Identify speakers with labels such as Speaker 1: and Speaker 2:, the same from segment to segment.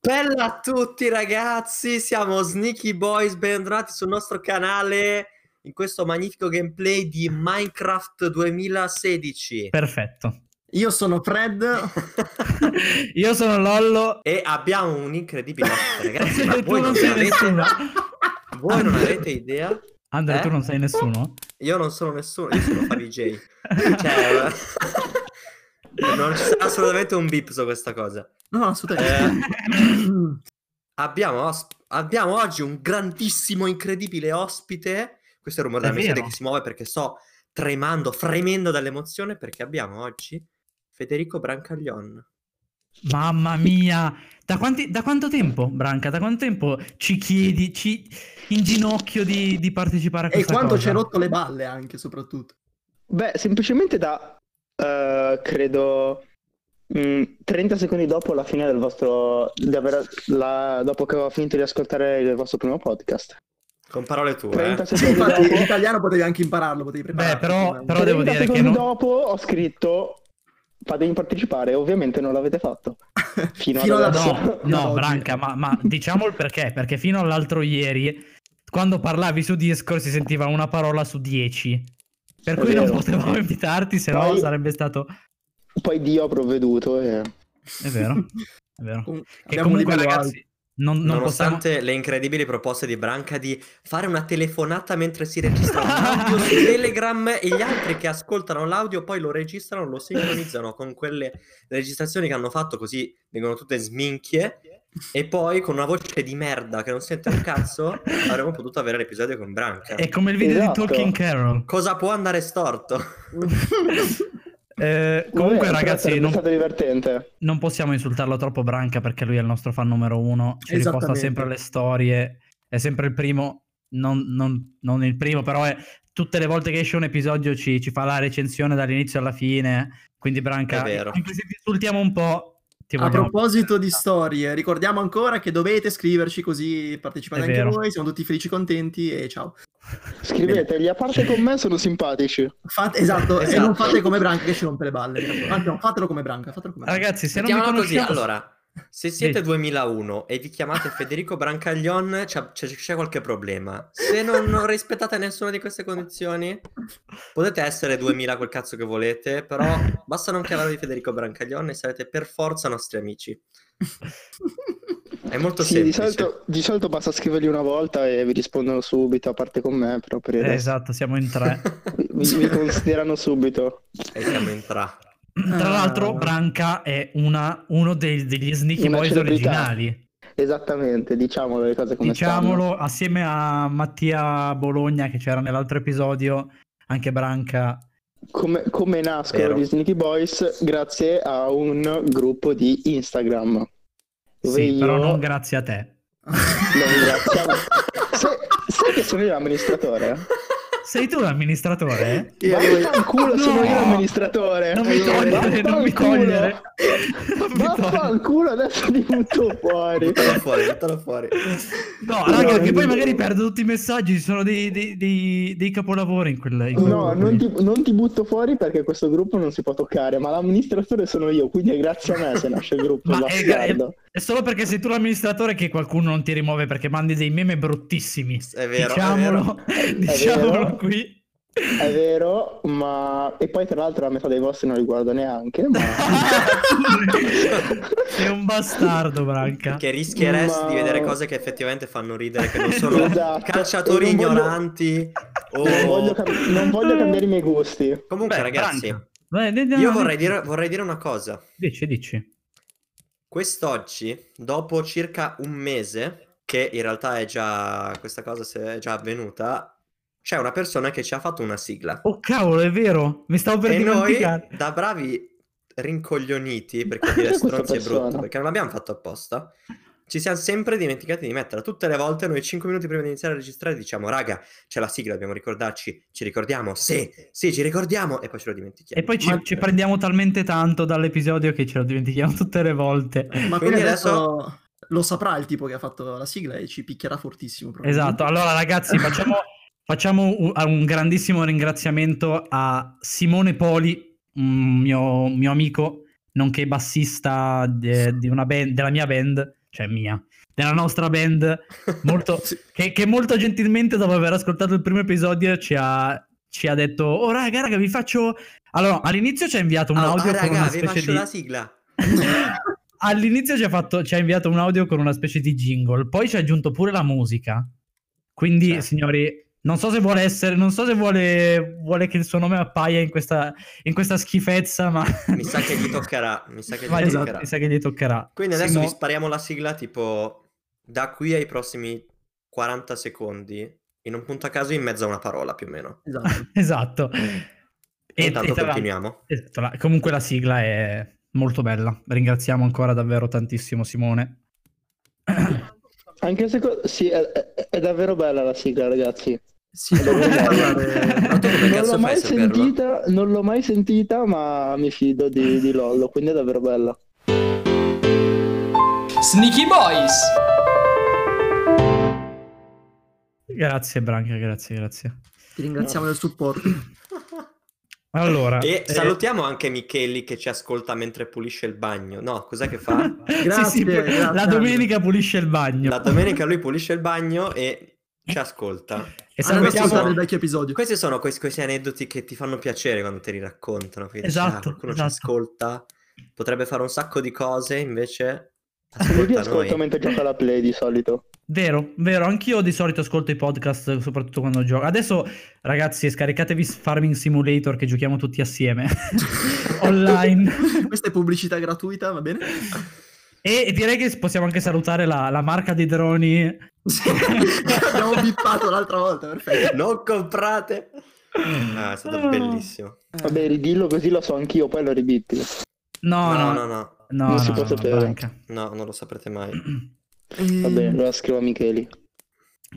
Speaker 1: Bella a tutti ragazzi, siamo Sneaky Boys, bentornati sul nostro canale in questo magnifico gameplay di Minecraft 2016.
Speaker 2: Perfetto.
Speaker 3: Io sono Fred.
Speaker 2: Io sono Lollo.
Speaker 1: E abbiamo un incredibile ospite, ragazzi, ma
Speaker 2: Tu
Speaker 1: voi
Speaker 2: non
Speaker 1: non,
Speaker 2: sei
Speaker 1: avete,
Speaker 2: nessuno.
Speaker 1: voi non avete idea?
Speaker 2: Andre,
Speaker 1: Eh?
Speaker 2: tu non sei nessuno?
Speaker 1: Io non sono nessuno, io sono Favij. Cioè, non c'è assolutamente un bip su questa cosa.
Speaker 3: No, no, assolutamente.
Speaker 1: Eh, abbiamo, os- abbiamo oggi un grandissimo, incredibile ospite. Questo è il rumore
Speaker 2: È
Speaker 1: della mia sede
Speaker 2: vero.
Speaker 1: che si muove perché sto tremando, fremendo dall'emozione perché abbiamo oggi Federico Brancaglion.
Speaker 2: Mamma mia! Da, quanti- da quanto tempo, Branca? Da quanto tempo ci chiedi, ci in ginocchio di, di partecipare a
Speaker 3: e
Speaker 2: questa
Speaker 3: quanto ci
Speaker 2: cosa?
Speaker 3: hai rotto le balle anche, soprattutto.
Speaker 4: Beh, semplicemente da, eh, credo, mh, 30 secondi dopo la fine del vostro, di aver- la- dopo che ho finito di ascoltare il vostro primo podcast.
Speaker 1: Con parole tue.
Speaker 4: 30
Speaker 1: eh.
Speaker 3: Sì,
Speaker 4: secondi
Speaker 3: infatti, in
Speaker 4: dopo,
Speaker 3: italiano potevi anche impararlo, potevi prepararlo.
Speaker 2: esatto. però-
Speaker 3: prima.
Speaker 2: però- devo
Speaker 4: 30
Speaker 2: dire che
Speaker 4: secondi
Speaker 2: non-
Speaker 4: dopo ho scritto fatemi partecipare, ovviamente non l'avete fatto. Fino,
Speaker 3: Fino
Speaker 4: ad
Speaker 3: alla-
Speaker 4: adesso.
Speaker 2: No,
Speaker 3: Io
Speaker 2: no,
Speaker 3: oggi-
Speaker 2: Branca, ma, ma diciamo il perché. Perché fino all'altro ieri, quando parlavi su Discord, si sentiva una parola su 10. Per
Speaker 4: È
Speaker 2: cui non
Speaker 4: vero.
Speaker 2: potevamo invitarti, se no
Speaker 4: Poi-
Speaker 2: sarebbe stato...
Speaker 4: Poi Dio ha provveduto e...
Speaker 2: È vero, è vero.
Speaker 3: Com-
Speaker 2: Che
Speaker 3: abbiamo un
Speaker 2: comunque,
Speaker 3: livello
Speaker 2: ragazzi, non, non possiamo...
Speaker 1: Nonostante le incredibili proposte di Branca di fare una telefonata mentre si registra un audio su Telegram e gli altri che ascoltano l'audio poi lo registrano, lo sincronizzano con quelle registrazioni che hanno fatto così vengono tutte sminchie e poi con una voce di merda che non sente un cazzo avremmo potuto avere l'espisodio con Branca.
Speaker 2: È come il video di
Speaker 4: Esatto.
Speaker 2: Talking Carol.
Speaker 1: Cosa può andare storto?
Speaker 2: Eh, comunque,
Speaker 4: Vabbè, però
Speaker 2: ragazzi,
Speaker 4: sarebbe
Speaker 2: non,
Speaker 4: stato divertente.
Speaker 2: non possiamo insultarlo troppo Branca perché lui è il nostro fan numero uno, ci riposta
Speaker 3: Esattamente.
Speaker 2: sempre le storie, è sempre il primo, non, non- non il primo, però è tutte le volte che esce un episodio ci, ci fa la recensione dall'inizio alla fine, quindi Branca,
Speaker 1: È vero.
Speaker 2: anche se ti insultiamo un po', ti
Speaker 3: A
Speaker 2: vogliamo...
Speaker 3: proposito di storie, ricordiamo ancora che dovete scriverci così partecipate
Speaker 2: È
Speaker 3: anche
Speaker 2: vero.
Speaker 3: voi, siamo tutti felici, contenti e ciao.
Speaker 4: Scriveteli, a parte con me sono simpatici.
Speaker 3: Fate- esatto, e
Speaker 1: Esatto.
Speaker 3: non fate come Branca che ci rompe le balle. mi raccomando. Anzi, no, fatelo come Branca, fatelo come Branca.
Speaker 2: Ragazzi, se non mi
Speaker 1: Mettiamola così,
Speaker 2: conoscete...
Speaker 1: allora, se siete
Speaker 2: Sì.
Speaker 1: 2001 e vi chiamate Federico Brancaglion, c'è, c'è- c'è qualche problema. Se non, non rispettate nessuna di queste condizioni, potete essere 2000 quel cazzo che volete, però basta non chiamarvi Federico Brancaglion e sarete per forza nostri amici. È molto
Speaker 4: Sì, di
Speaker 1: semplice.
Speaker 4: solito, di solito basta scriverli una volta e vi rispondono subito, a parte con me, però per il
Speaker 2: Eh,
Speaker 4: resto
Speaker 2: esatto, siamo in tre.
Speaker 4: vi- vi, vi considerano subito.
Speaker 1: e siamo in tra.
Speaker 2: Tra
Speaker 3: Ah.
Speaker 2: l'altro, Branca è una- uno dei- degli Sneaky
Speaker 4: Una
Speaker 2: Boys
Speaker 4: celebrità.
Speaker 2: originali.
Speaker 4: Esattamente, diciamolo le cose come
Speaker 2: Diciamolo assieme a Mattia Bologna che c'era nell'altro episodio, anche Branca.
Speaker 4: stanno. Come, come nascono
Speaker 1: Vero.
Speaker 4: gli Sneaky Boys? Grazie a un gruppo di Instagram. Dove
Speaker 2: Sì,
Speaker 4: io...
Speaker 2: però non grazie a te.
Speaker 4: lo ringraziamo. Sai- sai che sono io l'amministratore?
Speaker 2: Sei tu l'amministratore?
Speaker 3: Io-
Speaker 4: Basta il culo, sono io
Speaker 2: No!
Speaker 4: l'amministratore.
Speaker 2: Non mi togliere, non mi togliere. Non mi
Speaker 4: Basta
Speaker 2: togliere.
Speaker 4: il culo, adesso ti butto fuori.
Speaker 1: Buttalo fuori, buttalo fuori.
Speaker 2: No, raga,
Speaker 4: No,
Speaker 2: che poi
Speaker 4: no.
Speaker 2: magari perdo tutti i messaggi, ci sono dei, dei- dei- dei capolavori in quel... in quel
Speaker 4: No,
Speaker 2: gruppo
Speaker 4: non
Speaker 2: lì.
Speaker 4: ti, non ti butto fuori perché questo gruppo non si può toccare, ma l'amministratore sono io, quindi è grazie a me se nasce il gruppo.
Speaker 2: Ma è, è-
Speaker 4: bastardo.
Speaker 2: è solo perché sei tu l'amministratore che qualcuno non ti rimuove perché mandi dei meme bruttissimi.
Speaker 1: È vero, è
Speaker 2: diciamolo,
Speaker 1: vero.
Speaker 2: diciamolo
Speaker 4: vero.
Speaker 2: qui.
Speaker 4: È vero, ma... E poi tra l'altro la metà dei vostri non li guardo neanche, ma...
Speaker 2: Sei un bastardo, Branca.
Speaker 1: Che rischieresti
Speaker 4: Ma-
Speaker 1: di vedere cose che effettivamente fanno ridere, che non sono
Speaker 4: Esatto.
Speaker 1: calciatori
Speaker 4: E non voglio-
Speaker 1: ignoranti
Speaker 4: non,
Speaker 1: o...
Speaker 4: voglio cam- non voglio cambiare i miei gusti.
Speaker 1: Comunque
Speaker 2: Beh,
Speaker 1: ragazzi,
Speaker 2: Branca, vai, ne- ne-
Speaker 1: io
Speaker 2: ne-
Speaker 1: vorrei dire, vorrei dire una cosa.
Speaker 2: Dici, dici.
Speaker 1: Quest'oggi, dopo circa un mese, che in realtà è già questa cosa se- è già avvenuta, c'è una persona che ci ha fatto una sigla.
Speaker 2: Oh cavolo, è vero, mi stavo per
Speaker 1: e noi,
Speaker 2: dimenticare.
Speaker 1: da bravi rincoglioniti, perché dire
Speaker 4: Perché questa
Speaker 1: stronzi è brutto,
Speaker 4: persona?
Speaker 1: perché non l'abbiamo fatto apposta, ci siamo sempre dimenticati di metterla. Tutte le volte noi 5 minuti prima di iniziare a registrare diciamo, raga, c'è la sigla, dobbiamo ricordarci, ci ricordiamo, sì, sì, ci ricordiamo, e poi ce lo dimentichiamo.
Speaker 2: E poi ci,
Speaker 3: Ma-
Speaker 2: ci prendiamo talmente tanto dall'episodio che ce lo dimentichiamo tutte le volte.
Speaker 3: Ma
Speaker 1: Quindi
Speaker 3: quindi adesso lo saprà il tipo che ha fatto la sigla e ci picchierà fortissimo. probabilmente.
Speaker 2: Esatto, allora ragazzi facciamo, facciamo un, un grandissimo ringraziamento a Simone Poli, mm, un mio, mio amico, nonché bassista de- di una band- della mia band, cioè mia, della nostra band, molto,
Speaker 3: Sì.
Speaker 2: che, che molto gentilmente dopo aver ascoltato il primo episodio ci ha, ci ha detto, oh raga, raga, vi faccio... Allora, all'inizio ci ha inviato un
Speaker 1: Ah,
Speaker 2: audio
Speaker 1: ah,
Speaker 2: con una
Speaker 1: raga, vi
Speaker 2: specie
Speaker 1: faccio
Speaker 2: di...
Speaker 1: la sigla.
Speaker 2: All'inizio ci ha, fatto- ci ha inviato un audio con una specie di jingle, poi ci ha aggiunto pure la musica. Quindi,
Speaker 1: Certo.
Speaker 2: signori, non so se vuole essere, non so se vuole, vuole che il suo nome appaia in questa, in questa schifezza, ma,
Speaker 1: Mi sa che gli toccherà. Mi sa che gli
Speaker 2: ma
Speaker 3: esatto,
Speaker 1: toccherà.
Speaker 2: mi sa che gli toccherà.
Speaker 1: Quindi adesso
Speaker 2: Simo-
Speaker 1: vi spariamo la sigla tipo da qui ai prossimi 40 secondi, in un punto a caso in mezzo a una parola più o meno.
Speaker 3: Esatto.
Speaker 2: Esatto.
Speaker 1: E
Speaker 2: E- e
Speaker 1: Mm. intanto
Speaker 2: tra l'altro-
Speaker 1: continuiamo.
Speaker 2: e tra l'altro- comunque la sigla è molto bella. Ringraziamo ancora davvero tantissimo Simone.
Speaker 4: Anche se co- sì, è, è- è davvero bella la sigla, ragazzi.
Speaker 3: Sì, dobbiamo parlare-
Speaker 1: Ma tu come
Speaker 4: Non
Speaker 1: cazzo
Speaker 4: l'ho
Speaker 1: fai a
Speaker 4: mai
Speaker 1: saperlo?
Speaker 4: sentita, non l'ho mai sentita, ma mi fido di, di Lollo, quindi è davvero bella.
Speaker 5: Sneaky Boys.
Speaker 2: Grazie Branca, grazie, grazie.
Speaker 3: Ti ringraziamo del supporto.
Speaker 2: Esatto, Allora,
Speaker 1: E
Speaker 2: eh,
Speaker 1: salutiamo anche Micheli che ci ascolta mentre pulisce il bagno. No, cos'è che fa?
Speaker 3: Grazie, grazie,
Speaker 2: la
Speaker 3: Davide.
Speaker 2: domenica pulisce il bagno.
Speaker 1: La domenica lui pulisce il bagno e ci ascolta.
Speaker 4: Eh.
Speaker 2: E
Speaker 3: Andate ad
Speaker 1: salutiamo-
Speaker 3: ascoltare
Speaker 2: salutiamo,
Speaker 3: il vecchio episodio.
Speaker 1: Questi sono questi, questi aneddoti che ti fanno piacere quando te li raccontano. che dici,
Speaker 2: Esatto,
Speaker 1: "Ah, qualcuno
Speaker 2: esatto.
Speaker 1: ci ascolta, potrebbe fare un sacco di cose, invece
Speaker 4: Io vi
Speaker 1: ascolta
Speaker 4: ascolto
Speaker 1: noi.
Speaker 4: mentre gioca alla play di solito.
Speaker 2: vero, vero, anch'io di solito ascolto i podcast, soprattutto quando gioco. Adesso, ragazzi, scaricatevi Farming Simulator che giochiamo tutti assieme online.
Speaker 3: Questa è pubblicità gratuita, va bene?
Speaker 2: E direi che possiamo anche salutare la, la marca dei droni.
Speaker 3: Sì. Abbiamo bippato l'altra volta, perfetto.
Speaker 1: Non comprate! Ah, è stato
Speaker 2: Ah.
Speaker 1: bellissimo.
Speaker 4: Vabbè, ridillo così lo so anch'io, poi lo ribitti.
Speaker 2: No,
Speaker 1: no, no,
Speaker 2: no, no,
Speaker 1: no,
Speaker 2: no,
Speaker 4: Non si può
Speaker 2: no,
Speaker 4: sapere.
Speaker 2: Branca.
Speaker 1: no, non lo saprete mai.
Speaker 3: Ehm,
Speaker 4: Vabbè, lo scrivo a Micheli.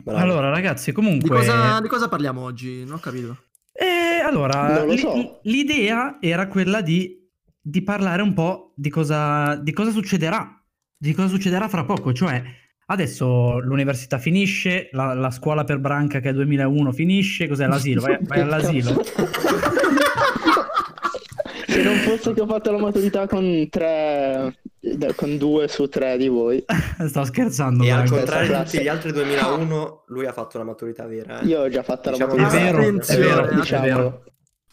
Speaker 1: Bravo.
Speaker 2: Allora, ragazzi,
Speaker 3: di,
Speaker 2: comunque...
Speaker 3: cosa, di cosa parliamo oggi? Non ho capito.
Speaker 2: Eh, allora,
Speaker 4: Non lo
Speaker 2: l'i-
Speaker 4: so.
Speaker 2: l'idea era quella di, di parlare un po' di cosa, di cosa succederà, di cosa succederà fra poco, cioè adesso l'università finisce, la, la scuola per Branca che è 2001 finisce, cos'è l'asilo? Vai, vai all'asilo.
Speaker 4: Se non fosse che ho fatto la maturità con tre, con due su tre di voi,
Speaker 2: Sto scherzando,
Speaker 1: e al
Speaker 2: Branca.
Speaker 1: contrario di
Speaker 4: Classe.
Speaker 1: tutti gli altri 2001, lui ha fatto la maturità vera. eh.
Speaker 4: io ho già fatto
Speaker 1: Diciamo
Speaker 4: la
Speaker 1: che-
Speaker 2: È
Speaker 4: maturità.
Speaker 2: vero, è
Speaker 3: Attenzione,
Speaker 2: vero,
Speaker 3: eh.
Speaker 2: è vero.
Speaker 4: Ah, Diciamolo.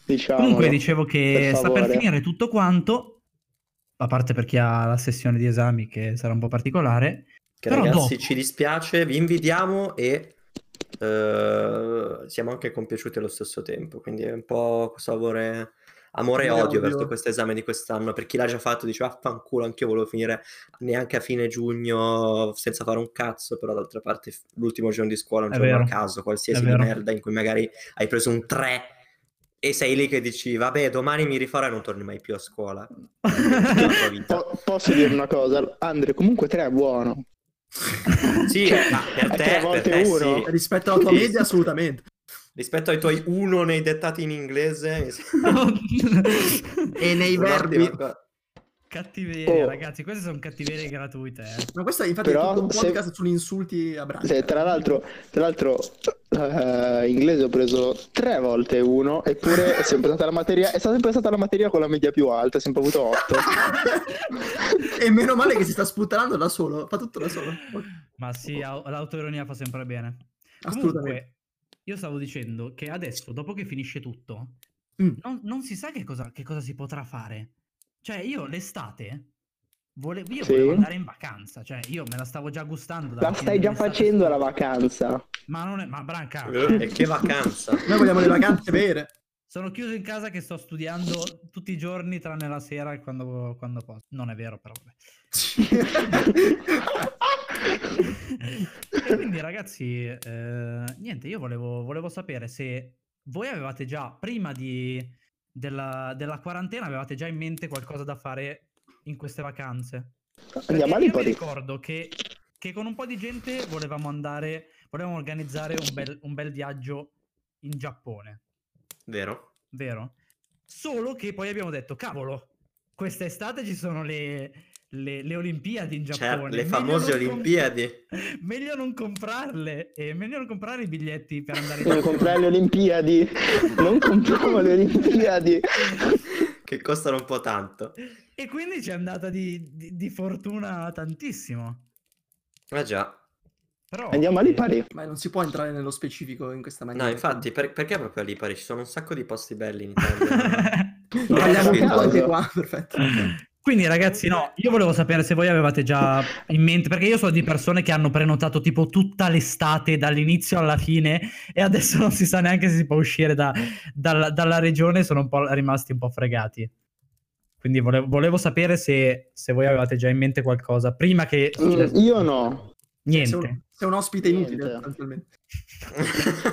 Speaker 4: Diciamolo.
Speaker 2: Comunque dicevo che
Speaker 4: Per
Speaker 2: sta per
Speaker 4: favore.
Speaker 2: finire tutto quanto, a parte per chi ha la sessione di esami che sarà un po' particolare.
Speaker 1: Che
Speaker 2: Però
Speaker 1: ragazzi,
Speaker 2: dopo-
Speaker 1: ci dispiace, vi invidiamo e eh, siamo anche compiaciuti allo stesso tempo. Quindi è un po' questo amore, amore e
Speaker 3: Amore e
Speaker 1: odio
Speaker 3: odio.
Speaker 1: verso questo esame di quest'anno. Per chi l'ha già fatto, dice vaffanculo, anch'io volevo finire neanche a fine giugno senza fare un cazzo. Però d'altra parte, f- l'ultimo giorno di scuola è un
Speaker 2: È
Speaker 1: giorno a
Speaker 2: vero.
Speaker 1: caso,
Speaker 2: È
Speaker 1: qualsiasi di
Speaker 2: vero.
Speaker 1: merda in cui magari hai preso un 3 e sei lì che dici vabbè, domani mi rifarò e non torni mai più a scuola. Tutta la tua vita.
Speaker 4: Po- posso dire una cosa? Andre, comunque tre è buono.
Speaker 1: Sì, ma per te,
Speaker 4: È tre
Speaker 1: per
Speaker 4: Cioè, volte
Speaker 1: te
Speaker 4: uno.
Speaker 1: sì.
Speaker 3: Rispetto alla tua
Speaker 1: Sì.
Speaker 3: media, assolutamente.
Speaker 1: rispetto ai tuoi uno nei dettati in inglese mi sembra
Speaker 3: E nei verbi.
Speaker 1: un'ottima cosa.
Speaker 2: Cattiverie,
Speaker 4: Oh.
Speaker 2: ragazzi, queste sono cattiverie gratuite. eh.
Speaker 3: Ma questo infatti è
Speaker 4: Però
Speaker 3: tutto un
Speaker 4: se-
Speaker 3: podcast sugli insulti a Branca.
Speaker 4: Se, tra l'altro, tra l'altro eh, inglese ho preso tre volte uno, eppure è sempre stata la materia, è stata sempre stata la materia con la media più alta, ho sempre avuto 8.
Speaker 3: e meno male che si sta sputtanando da solo, fa tutto da solo.
Speaker 2: eh. Ma sì,
Speaker 4: Oh.
Speaker 2: au- l'autoironia fa sempre bene.
Speaker 3: Assolutamente.
Speaker 2: Comunque, io stavo dicendo che adesso, dopo che finisce tutto,
Speaker 3: Mm.
Speaker 2: non, non si sa che cosa, che cosa si potrà fare. Cioè, io l'estate volevo, io
Speaker 4: Sì.
Speaker 2: volevo andare in vacanza, cioè io me la stavo già gustando. dalla
Speaker 4: La
Speaker 2: fine
Speaker 4: stai già
Speaker 2: dell'estate
Speaker 4: facendo la
Speaker 2: scorsa.
Speaker 4: vacanza.
Speaker 2: Ma non è, ma Branca,
Speaker 1: Eh, e che vacanza
Speaker 3: Noi vogliamo le vacanze vere.
Speaker 2: sono chiuso in casa che sto studiando tutti i giorni tranne la sera e quando, quando posso. Non è vero, però vabbè. e quindi ragazzi, eh, niente, io volevo, volevo sapere se voi avevate già, prima di- della, della quarantena, avevate già in mente qualcosa da fare in queste vacanze.
Speaker 4: Andiamo
Speaker 2: Perché io
Speaker 4: a
Speaker 2: mi
Speaker 4: Lipari.
Speaker 2: ricordo che, che con un po' di gente volevamo andare, volevamo organizzare un bel, un bel viaggio in Giappone,
Speaker 1: vero
Speaker 2: vero? Solo che poi abbiamo detto, cavolo, quest'estate ci sono le, le- le Olimpiadi in
Speaker 1: Cioè,
Speaker 2: Giappone.
Speaker 1: le
Speaker 2: meglio
Speaker 1: famose
Speaker 2: non com-
Speaker 1: olimpiadi
Speaker 2: meglio non comprarle e meglio non comprare i biglietti per andare in
Speaker 4: Non
Speaker 2: Giappone.
Speaker 4: comprare le Olimpiadi. Non compriamo le Olimpiadi.
Speaker 1: che costano un po' tanto
Speaker 2: E quindi ci è andata di, di- di fortuna tantissimo.
Speaker 1: Eh già.
Speaker 2: Però,
Speaker 4: Andiamo a
Speaker 2: eh,
Speaker 4: Lipari.
Speaker 3: Ma non si può entrare nello specifico in questa maniera.
Speaker 1: No, infatti, per- perché proprio a Lipari? Ci sono un sacco di posti belli in Italia.
Speaker 4: No,
Speaker 3: Tagliamo un
Speaker 4: Eh, capito.
Speaker 3: po' anche qua, perfetto.
Speaker 2: Quindi ragazzi, no, io volevo sapere se voi avevate già in mente, perché io so di persone che hanno prenotato tipo tutta l'estate, dall'inizio alla fine, e adesso non si sa neanche se si può uscire da- dalla, dalla regione, sono un po' rimasti un po' fregati. Quindi volevo, volevo sapere se, se voi avevate già in mente qualcosa, prima che...
Speaker 1: Cioè,
Speaker 4: Mm, io no.
Speaker 3: Sei
Speaker 2: Niente.
Speaker 3: un, sei un ospite inutile,
Speaker 4: Niente.
Speaker 3: sostanzialmente.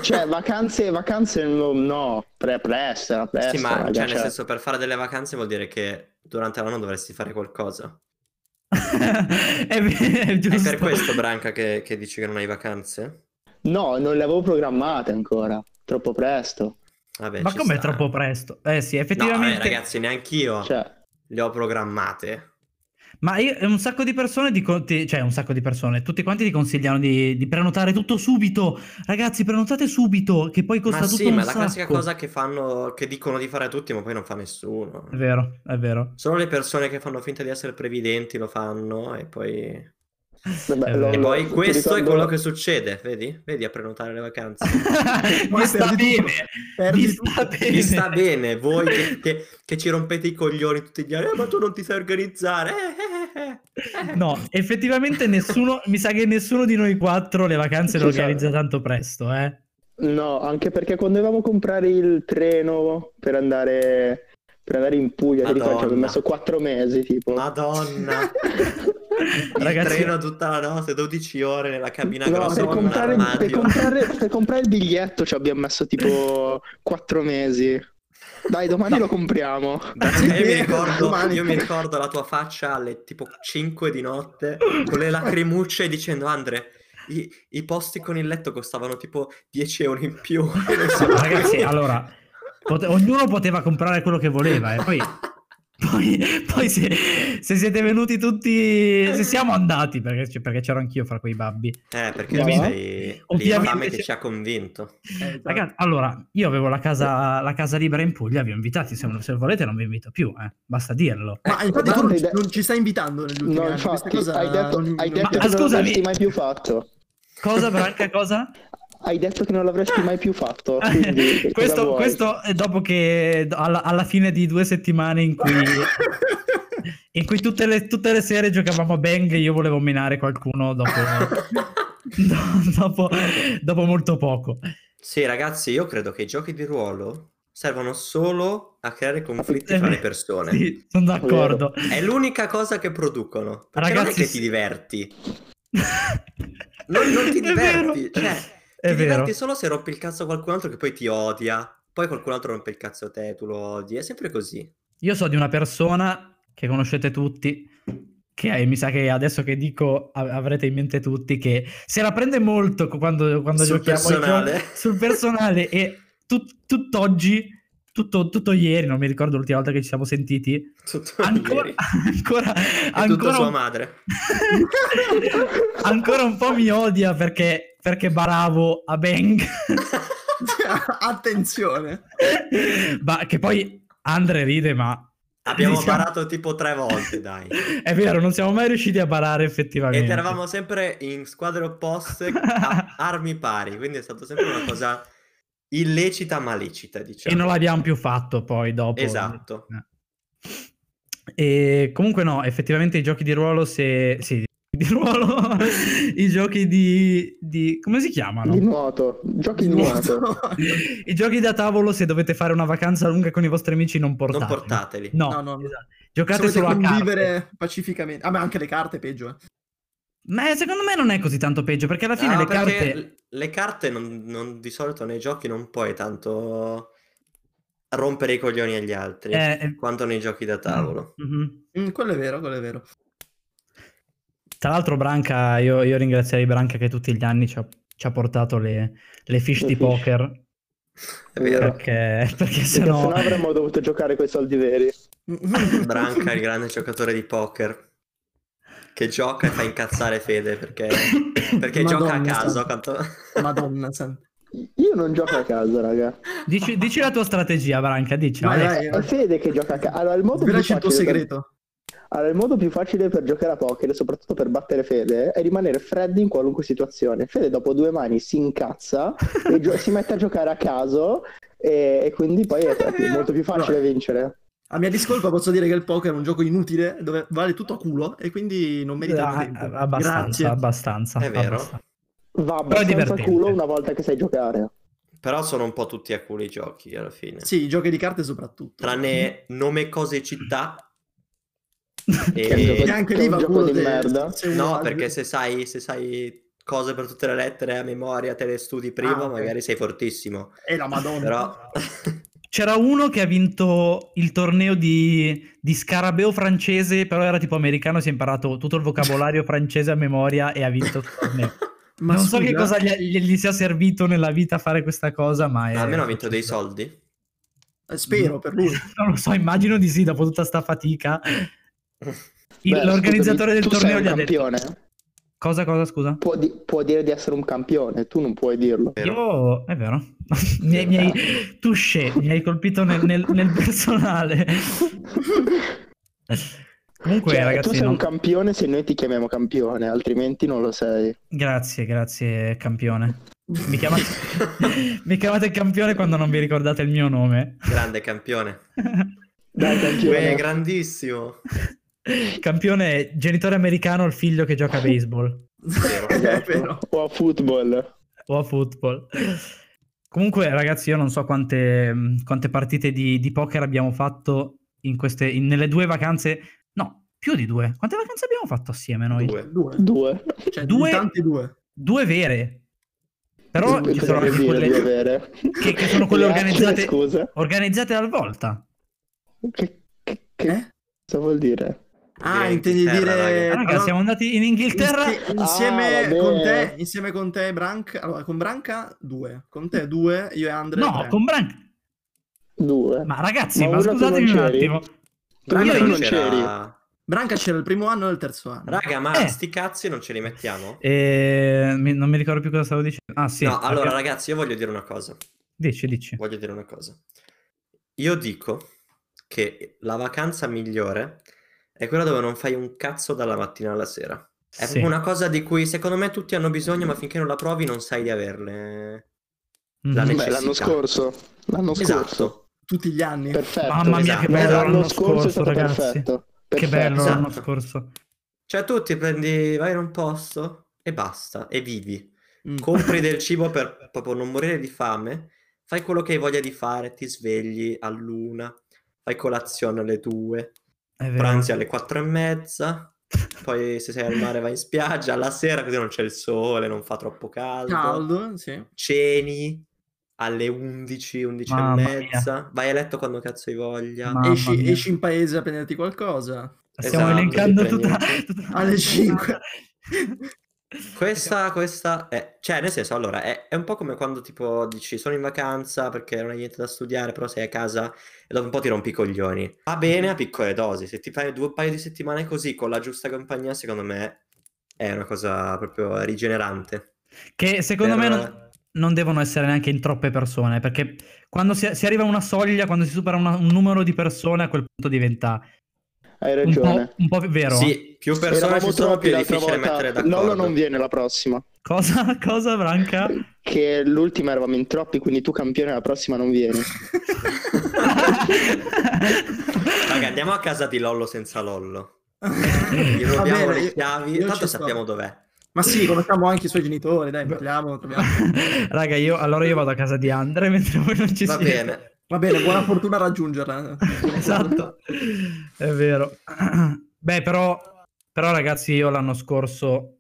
Speaker 4: Cioè, vacanze, vacanze no, no. Pre- presto, era presto.
Speaker 1: sì, ma
Speaker 4: raga,
Speaker 1: cioè, nel
Speaker 4: cioè.
Speaker 1: senso, per fare delle vacanze vuol dire che durante l'anno dovresti fare qualcosa.
Speaker 2: è, ve- è
Speaker 1: È
Speaker 2: giusto.
Speaker 1: per questo, Branca, che, che dici che non hai vacanze?
Speaker 4: No, non le avevo programmate ancora. Troppo presto.
Speaker 1: Vabbè,
Speaker 2: Ma
Speaker 1: ci
Speaker 2: com'è
Speaker 1: sta.
Speaker 2: troppo presto? Eh sì,
Speaker 1: No, vabbè,
Speaker 2: effettivamente...
Speaker 1: ragazzi, neanch'io
Speaker 4: Cioè,
Speaker 1: le ho programmate.
Speaker 2: Ma io, un sacco di persone, dico- ti- cioè un sacco di persone, tutti quanti ti consigliano di, di prenotare tutto subito. Ragazzi, prenotate subito, che poi costa
Speaker 1: ma
Speaker 2: tutto
Speaker 1: sì,
Speaker 2: un
Speaker 1: ma è la
Speaker 2: sacco.
Speaker 1: classica cosa che fanno, che dicono di fare a tutti, ma poi non fa nessuno.
Speaker 2: È vero, è vero.
Speaker 1: Solo le persone che fanno finta di essere previdenti lo fanno e poi...
Speaker 4: vabbè,
Speaker 2: Eh,
Speaker 4: lo-
Speaker 1: E
Speaker 2: Allora,
Speaker 1: poi
Speaker 4: ti
Speaker 1: questo è
Speaker 4: ricordo-
Speaker 1: quello che succede, vedi? Vedi a prenotare le vacanze.
Speaker 2: Mi sta
Speaker 3: perdi tutto.
Speaker 2: bene,
Speaker 3: Perdi
Speaker 2: mi sta
Speaker 3: tutto.
Speaker 2: bene.
Speaker 1: Vi sta bene, voi che, che- che ci rompete i coglioni tutti gli anni, "Eh, ma tu non ti sai organizzare. eh, eh, eh, eh".
Speaker 2: No, effettivamente nessuno, mi sa che nessuno di noi quattro le vacanze le
Speaker 4: Ci sa.
Speaker 2: organizza tanto presto, eh.
Speaker 4: No, anche perché quando dovevamo comprare il treno per andare, per andare in Puglia, ti ricordo, ci
Speaker 1: Madonna.
Speaker 4: abbiamo
Speaker 1: Ah.
Speaker 4: messo quattro mesi, tipo.
Speaker 1: eh. Madonna, il
Speaker 2: Ragazzi-
Speaker 1: treno tutta la notte, 12 ore nella cabina
Speaker 4: No,
Speaker 1: grossa
Speaker 4: per
Speaker 1: con un
Speaker 4: comprare, per,
Speaker 1: armadio.
Speaker 4: comprare, per comprare il biglietto ci abbiamo messo tipo quattro mesi. Dai, domani lo compriamo.
Speaker 1: Dai, io, mi ricordo,
Speaker 3: Domani.
Speaker 1: io mi ricordo la tua faccia alle tipo 5 di notte con le lacrimucce dicendo Andre, i, i posti con il letto costavano tipo 10 euro in più. Non so perché.
Speaker 2: Ragazzi, allora, pote- ognuno poteva comprare quello che voleva e poi...
Speaker 1: Eh,
Speaker 2: Poi, poi se, se siete venuti tutti, se siamo andati, perché, c- perché c'ero anch'io fra quei babbi.
Speaker 1: Eh, perché tu
Speaker 4: No.
Speaker 1: sei
Speaker 2: Ovviamente
Speaker 1: l'infame che
Speaker 2: c'è-
Speaker 1: ci ha convinto.
Speaker 4: esatto.
Speaker 3: Eh, tra-
Speaker 2: Ragazzi, allora, io avevo la casa, la casa libera in Puglia, vi ho invitati, se, se volete non vi invito più, eh, basta dirlo.
Speaker 3: Ma infatti
Speaker 4: ma
Speaker 3: tu non,
Speaker 4: hai
Speaker 3: ci-
Speaker 4: de-
Speaker 3: non ci stai invitando negli ultimi
Speaker 4: No,
Speaker 3: anni.
Speaker 4: infatti,
Speaker 3: Questa cosa
Speaker 4: hai detto,
Speaker 3: non-
Speaker 4: hai
Speaker 3: non-
Speaker 4: detto
Speaker 2: Ma
Speaker 4: che non
Speaker 2: scusami.
Speaker 4: l'avresti mai più fatto.
Speaker 2: Cosa, Branca, cosa?
Speaker 4: Hai detto che non l'avresti mai più fatto. quindi cosa
Speaker 2: questo,
Speaker 4: vuoi?
Speaker 2: questo è dopo che alla, alla fine di due settimane in cui, in cui tutte, le, tutte le sere giocavamo a Bang io volevo menare qualcuno dopo, do- dopo- dopo molto poco.
Speaker 1: Sì, ragazzi, io credo che i giochi di ruolo servono solo a creare conflitti fra le persone.
Speaker 2: Sì, sono d'accordo.
Speaker 1: È l'unica cosa che producono. Perché non è
Speaker 2: Ragazzi,
Speaker 1: che
Speaker 2: sì.
Speaker 1: ti diverti. Non, non ti
Speaker 2: È vero.
Speaker 1: diverti. Cioè,
Speaker 2: È
Speaker 1: ti
Speaker 2: vero.
Speaker 1: diverti solo se rompi il cazzo a qualcun altro che poi ti odia. Poi qualcun altro rompe il cazzo a te, tu lo odi. È sempre così.
Speaker 2: Io so di una persona che conoscete tutti, che eh, mi sa che adesso che dico av- avrete in mente tutti, che se la prende molto co- quando, quando
Speaker 1: Sul
Speaker 2: giochiamo ai
Speaker 1: personale.
Speaker 2: giochi- sul personale e tut- tutt'oggi, tutto, tutto ieri, non mi ricordo l'ultima volta che ci siamo sentiti,
Speaker 1: Tutto
Speaker 2: ancora,
Speaker 1: ieri. E
Speaker 2: ancora,
Speaker 1: tutta
Speaker 2: ancora,
Speaker 1: sua
Speaker 2: un,
Speaker 1: madre.
Speaker 2: ancora un po' mi odia perché, perché baravo a Bang,
Speaker 3: Attenzione.
Speaker 2: ma che poi Andre ride, ma
Speaker 1: Abbiamo
Speaker 2: Diciamo-
Speaker 1: parato tipo tre volte, dai.
Speaker 2: è vero, non siamo mai riusciti a barare effettivamente.
Speaker 1: Ed eravamo sempre in squadre opposte, a armi pari, quindi è stata sempre una cosa illecita ma lecita,
Speaker 2: E
Speaker 1: diciamo.
Speaker 2: non l'abbiamo più fatto poi dopo. Eh.
Speaker 1: Esatto.
Speaker 2: E comunque no, effettivamente i giochi di ruolo, se... Sì, di ruolo, i giochi di... di- come si
Speaker 4: Di
Speaker 2: chiamano?
Speaker 4: nuoto, giochi di nuoto.
Speaker 2: I giochi da tavolo, se dovete fare una vacanza lunga con i vostri amici, non portate.
Speaker 1: Non portateli.
Speaker 2: No,
Speaker 3: No, no, no.
Speaker 2: esatto.
Speaker 3: Se
Speaker 2: giocate
Speaker 3: volete
Speaker 2: solo a carte.
Speaker 3: convivere pacificamente. Ah, ma anche le carte peggio. eh.
Speaker 2: Ma eh, secondo me non è così tanto peggio, perché alla fine
Speaker 1: Ah,
Speaker 2: le
Speaker 1: perché
Speaker 2: carte...
Speaker 1: l- le carte non, non- di solito nei giochi non puoi tanto rompere i coglioni agli altri
Speaker 2: eh, eh,
Speaker 1: quanto nei giochi da tavolo.
Speaker 2: mhm.
Speaker 3: Mm, quello è vero, quello è vero.
Speaker 2: Tra l'altro, Branca, io, io ringrazierei Branca che tutti gli anni ci ha, ci ha portato le, le fish
Speaker 4: Le
Speaker 2: di
Speaker 4: fish.
Speaker 2: poker.
Speaker 1: È vero.
Speaker 2: Perché, perché
Speaker 4: Se
Speaker 2: sennò...
Speaker 4: no avremmo dovuto giocare con i soldi veri.
Speaker 1: Branca, il grande giocatore di poker, che gioca e fa incazzare Fede perché, perché gioca a
Speaker 3: Madonna,
Speaker 1: caso.
Speaker 3: santo.
Speaker 1: quanto-
Speaker 3: Madonna santa.
Speaker 4: Io non gioco a casa, raga.
Speaker 2: Dici, dici la tua strategia, Branca, Ecco. dici.
Speaker 3: Vai,
Speaker 2: adesso.
Speaker 3: vai,
Speaker 4: È
Speaker 3: vai.
Speaker 4: Fede che gioca a casa. Allora, il modo più
Speaker 3: Svelaci il tuo
Speaker 4: facile da-
Speaker 3: segreto.
Speaker 4: Allora, il modo più facile per giocare a poker e soprattutto per battere Fede è rimanere freddi in qualunque situazione. Fede dopo due mani si incazza e gio- si mette a giocare a caso e, e quindi poi è, è molto più facile
Speaker 3: No.
Speaker 4: vincere.
Speaker 3: A mia discolpa posso dire che il poker è un gioco inutile dove vale tutto a culo e quindi non merita
Speaker 2: Ah,
Speaker 3: tempo.
Speaker 2: abbastanza,
Speaker 3: Grazie.
Speaker 2: abbastanza.
Speaker 1: È vero.
Speaker 2: abbastanza.
Speaker 4: Va abbastanza a
Speaker 2: divertente.
Speaker 4: culo una volta che sai giocare.
Speaker 1: Però sono un po' tutti a culo i giochi alla fine.
Speaker 3: Sì, Mm. i giochi di carte soprattutto.
Speaker 1: Tranne nome, cose, città.
Speaker 4: Che è un
Speaker 1: e...
Speaker 4: gioco
Speaker 3: E
Speaker 4: di-
Speaker 3: anche
Speaker 4: che è
Speaker 3: lì
Speaker 4: un
Speaker 3: va
Speaker 4: gioco
Speaker 3: culo
Speaker 4: di
Speaker 3: te-
Speaker 4: merda.
Speaker 3: se uno
Speaker 1: No,
Speaker 3: ha-
Speaker 1: perché se sai, se sai cose per tutte le lettere a memoria, te le studi prima,
Speaker 3: Ah, ok.
Speaker 1: magari sei fortissimo.
Speaker 3: È eh, la madonna.
Speaker 1: Però
Speaker 2: C'era uno che ha vinto il torneo di, di scarabeo francese, però era tipo americano, si è imparato tutto il vocabolario francese a memoria e ha vinto il torneo.
Speaker 3: Ma
Speaker 2: non so
Speaker 3: scusa,
Speaker 2: che cosa gli, gli- gli sia servito nella vita fare questa cosa, ma... È...
Speaker 1: almeno ha vinto dei soldi.
Speaker 3: eh, Spero per lui.
Speaker 2: Non lo so, immagino di sì, dopo tutta sta fatica. Il-
Speaker 4: Beh,
Speaker 2: l'organizzatore
Speaker 4: scusami,
Speaker 2: del
Speaker 4: tu sei
Speaker 2: torneo
Speaker 4: un
Speaker 2: gli ha detto...
Speaker 4: campione.
Speaker 2: Cosa, cosa, scusa?
Speaker 4: Può, di- può dire di essere un campione, tu non puoi dirlo.
Speaker 1: Vero?
Speaker 2: Io... È vero. mi, hai- mi hai... touché, mi hai colpito nel, nel- nel personale. Comunque,
Speaker 4: Cioè,
Speaker 2: ragazzi...
Speaker 4: tu sei
Speaker 2: non-
Speaker 4: un campione se noi ti chiamiamo campione, altrimenti non lo sei.
Speaker 2: Grazie, grazie campione. Mi chiamate, mi chiamate campione quando non vi ricordate il mio nome.
Speaker 1: Grande campione.
Speaker 4: Dai, campione.
Speaker 1: Uè, grandissimo.
Speaker 2: campione, genitore americano, il figlio che gioca a baseball
Speaker 1: Vero.
Speaker 3: È
Speaker 4: Esatto.
Speaker 3: vero.
Speaker 4: O a football.
Speaker 2: o a football. Comunque, ragazzi, io non so quante, mh, quante partite di, di poker abbiamo fatto in queste, in- nelle due vacanze. No, più di due. Quante vacanze abbiamo fatto assieme noi?
Speaker 1: Due.
Speaker 3: Due.
Speaker 4: Due.
Speaker 3: Cioè,
Speaker 2: Due-
Speaker 3: tanti due.
Speaker 2: Due vere. Però
Speaker 4: Sì,
Speaker 2: ci sono
Speaker 4: potrebbe
Speaker 2: anche
Speaker 4: dire di
Speaker 2: quelle
Speaker 4: avere.
Speaker 2: che- che sono quelle
Speaker 4: Le altre,
Speaker 2: organizzate-
Speaker 4: Scusa.
Speaker 2: organizzate al volta.
Speaker 4: Che, che- che
Speaker 3: Eh?
Speaker 4: cosa vuol dire?
Speaker 3: Ah,
Speaker 1: Direi
Speaker 3: intendi
Speaker 1: Inghilterra,
Speaker 4: Eh,
Speaker 3: dire...
Speaker 1: raga.
Speaker 2: Ah, Raga,
Speaker 3: Allora,
Speaker 2: siamo andati in Inghilterra.
Speaker 3: insie-
Speaker 4: Ah,
Speaker 3: insieme,
Speaker 4: vabbè.
Speaker 3: con te, insieme con te, Branca. Allora, con Branca due. Con te due, io e Andre.
Speaker 2: No,
Speaker 3: tre.
Speaker 2: con Branca.
Speaker 4: Due.
Speaker 2: Ma ragazzi,
Speaker 4: Ma
Speaker 2: ma,
Speaker 4: ora tu non
Speaker 2: scusatemi un
Speaker 4: c'eri?
Speaker 2: attimo.
Speaker 4: Tu
Speaker 1: Raga,
Speaker 2: io-
Speaker 1: non
Speaker 4: non c'eri.
Speaker 1: c'era-
Speaker 3: Branca c'era il primo anno e il terzo anno.
Speaker 1: Raga, ma
Speaker 2: Eh.
Speaker 1: sti cazzi non ce li mettiamo?
Speaker 2: Eh, mi- non mi ricordo più cosa stavo dicendo. Ah, sì.
Speaker 1: no, allora
Speaker 2: perché-
Speaker 1: ragazzi, io voglio dire una cosa.
Speaker 2: Dici, dici.
Speaker 1: Voglio dire una cosa. Io dico che la vacanza migliore è quella dove non fai un cazzo dalla mattina alla sera. È
Speaker 2: Sì.
Speaker 1: proprio una cosa di cui secondo me tutti hanno bisogno, ma finché non la provi non sai di averle.
Speaker 2: Mhm.
Speaker 1: la
Speaker 4: Beh,
Speaker 1: necessità.
Speaker 4: l'anno scorso. L'anno scorso.
Speaker 1: Esatto.
Speaker 3: Tutti gli anni.
Speaker 4: Perfetto.
Speaker 2: Mamma mia,
Speaker 1: esatto.
Speaker 2: che bello
Speaker 4: L'anno,
Speaker 2: l'anno
Speaker 4: scorso
Speaker 2: scorso,
Speaker 4: è stato
Speaker 2: ragazzi.
Speaker 4: perfetto.
Speaker 2: Che
Speaker 4: Perfetto.
Speaker 2: bello l'anno
Speaker 1: Esatto.
Speaker 2: scorso.
Speaker 1: Cioè tu ti prendi, vai in un posto e basta, e vivi.
Speaker 3: Mm.
Speaker 1: Compri del cibo per proprio non morire di fame, fai quello che hai voglia di fare, ti svegli all'una, fai colazione alle due,
Speaker 2: È vero.
Speaker 1: pranzi alle quattro e mezza, poi se sei al mare vai in spiaggia, alla sera così non c'è il sole, non fa troppo caldo,
Speaker 3: Caldo, sì.
Speaker 1: ceni alle 11, 11
Speaker 2: Mamma
Speaker 1: e mezza, vai a letto quando cazzo hai voglia.
Speaker 2: Mamma
Speaker 3: Esci,
Speaker 2: mia.
Speaker 3: esci in paese a prenderti qualcosa.
Speaker 2: Stiamo
Speaker 1: Esatto,
Speaker 2: elencando
Speaker 1: ti prendi-
Speaker 2: tutta, tutta-
Speaker 3: Alle cinque.
Speaker 1: Questa, questa è, cioè, nel senso, allora è, è un po' come quando tipo dici sono in vacanza perché non hai niente da studiare, però sei a casa e dopo un po' ti rompi i coglioni. Va bene a piccole dosi, se ti fai due paio di settimane così con la giusta compagnia, secondo me è una cosa proprio rigenerante.
Speaker 2: Che secondo me
Speaker 1: Per-
Speaker 2: non, non devono essere neanche in troppe persone, perché quando si, si arriva a una soglia, quando si supera una- un numero di persone, a quel punto diventa
Speaker 4: Hai
Speaker 2: un po',
Speaker 4: ragione.
Speaker 2: un po' vero.
Speaker 1: Sì, più persone ci
Speaker 4: Eravamo
Speaker 1: sono,
Speaker 4: troppi
Speaker 1: più è
Speaker 4: l'altra
Speaker 1: difficile mettere
Speaker 4: volta.
Speaker 1: d'accordo.
Speaker 4: Lolo non viene la prossima.
Speaker 2: Cosa, cosa, Branca?
Speaker 4: Che l'ultima eravamo in troppi, quindi tu campione la prossima non vieni.
Speaker 1: Raga, andiamo a casa di Lollo senza Lollo. Gli
Speaker 3: Va
Speaker 1: rubiamo
Speaker 3: bene,
Speaker 1: le
Speaker 3: io-
Speaker 1: chiavi,
Speaker 3: io ci
Speaker 1: tanto
Speaker 3: sto.
Speaker 1: sappiamo dov'è.
Speaker 3: Ma sì, conosciamo anche i suoi genitori, dai, parliamo, troviamo.
Speaker 2: Raga, io, allora io vado a casa di Andre mentre voi non ci
Speaker 1: Va
Speaker 2: siete.
Speaker 1: bene.
Speaker 3: Va bene, buona fortuna a raggiungerla.
Speaker 2: Esatto, è vero. Beh, però, però ragazzi, io l'anno scorso,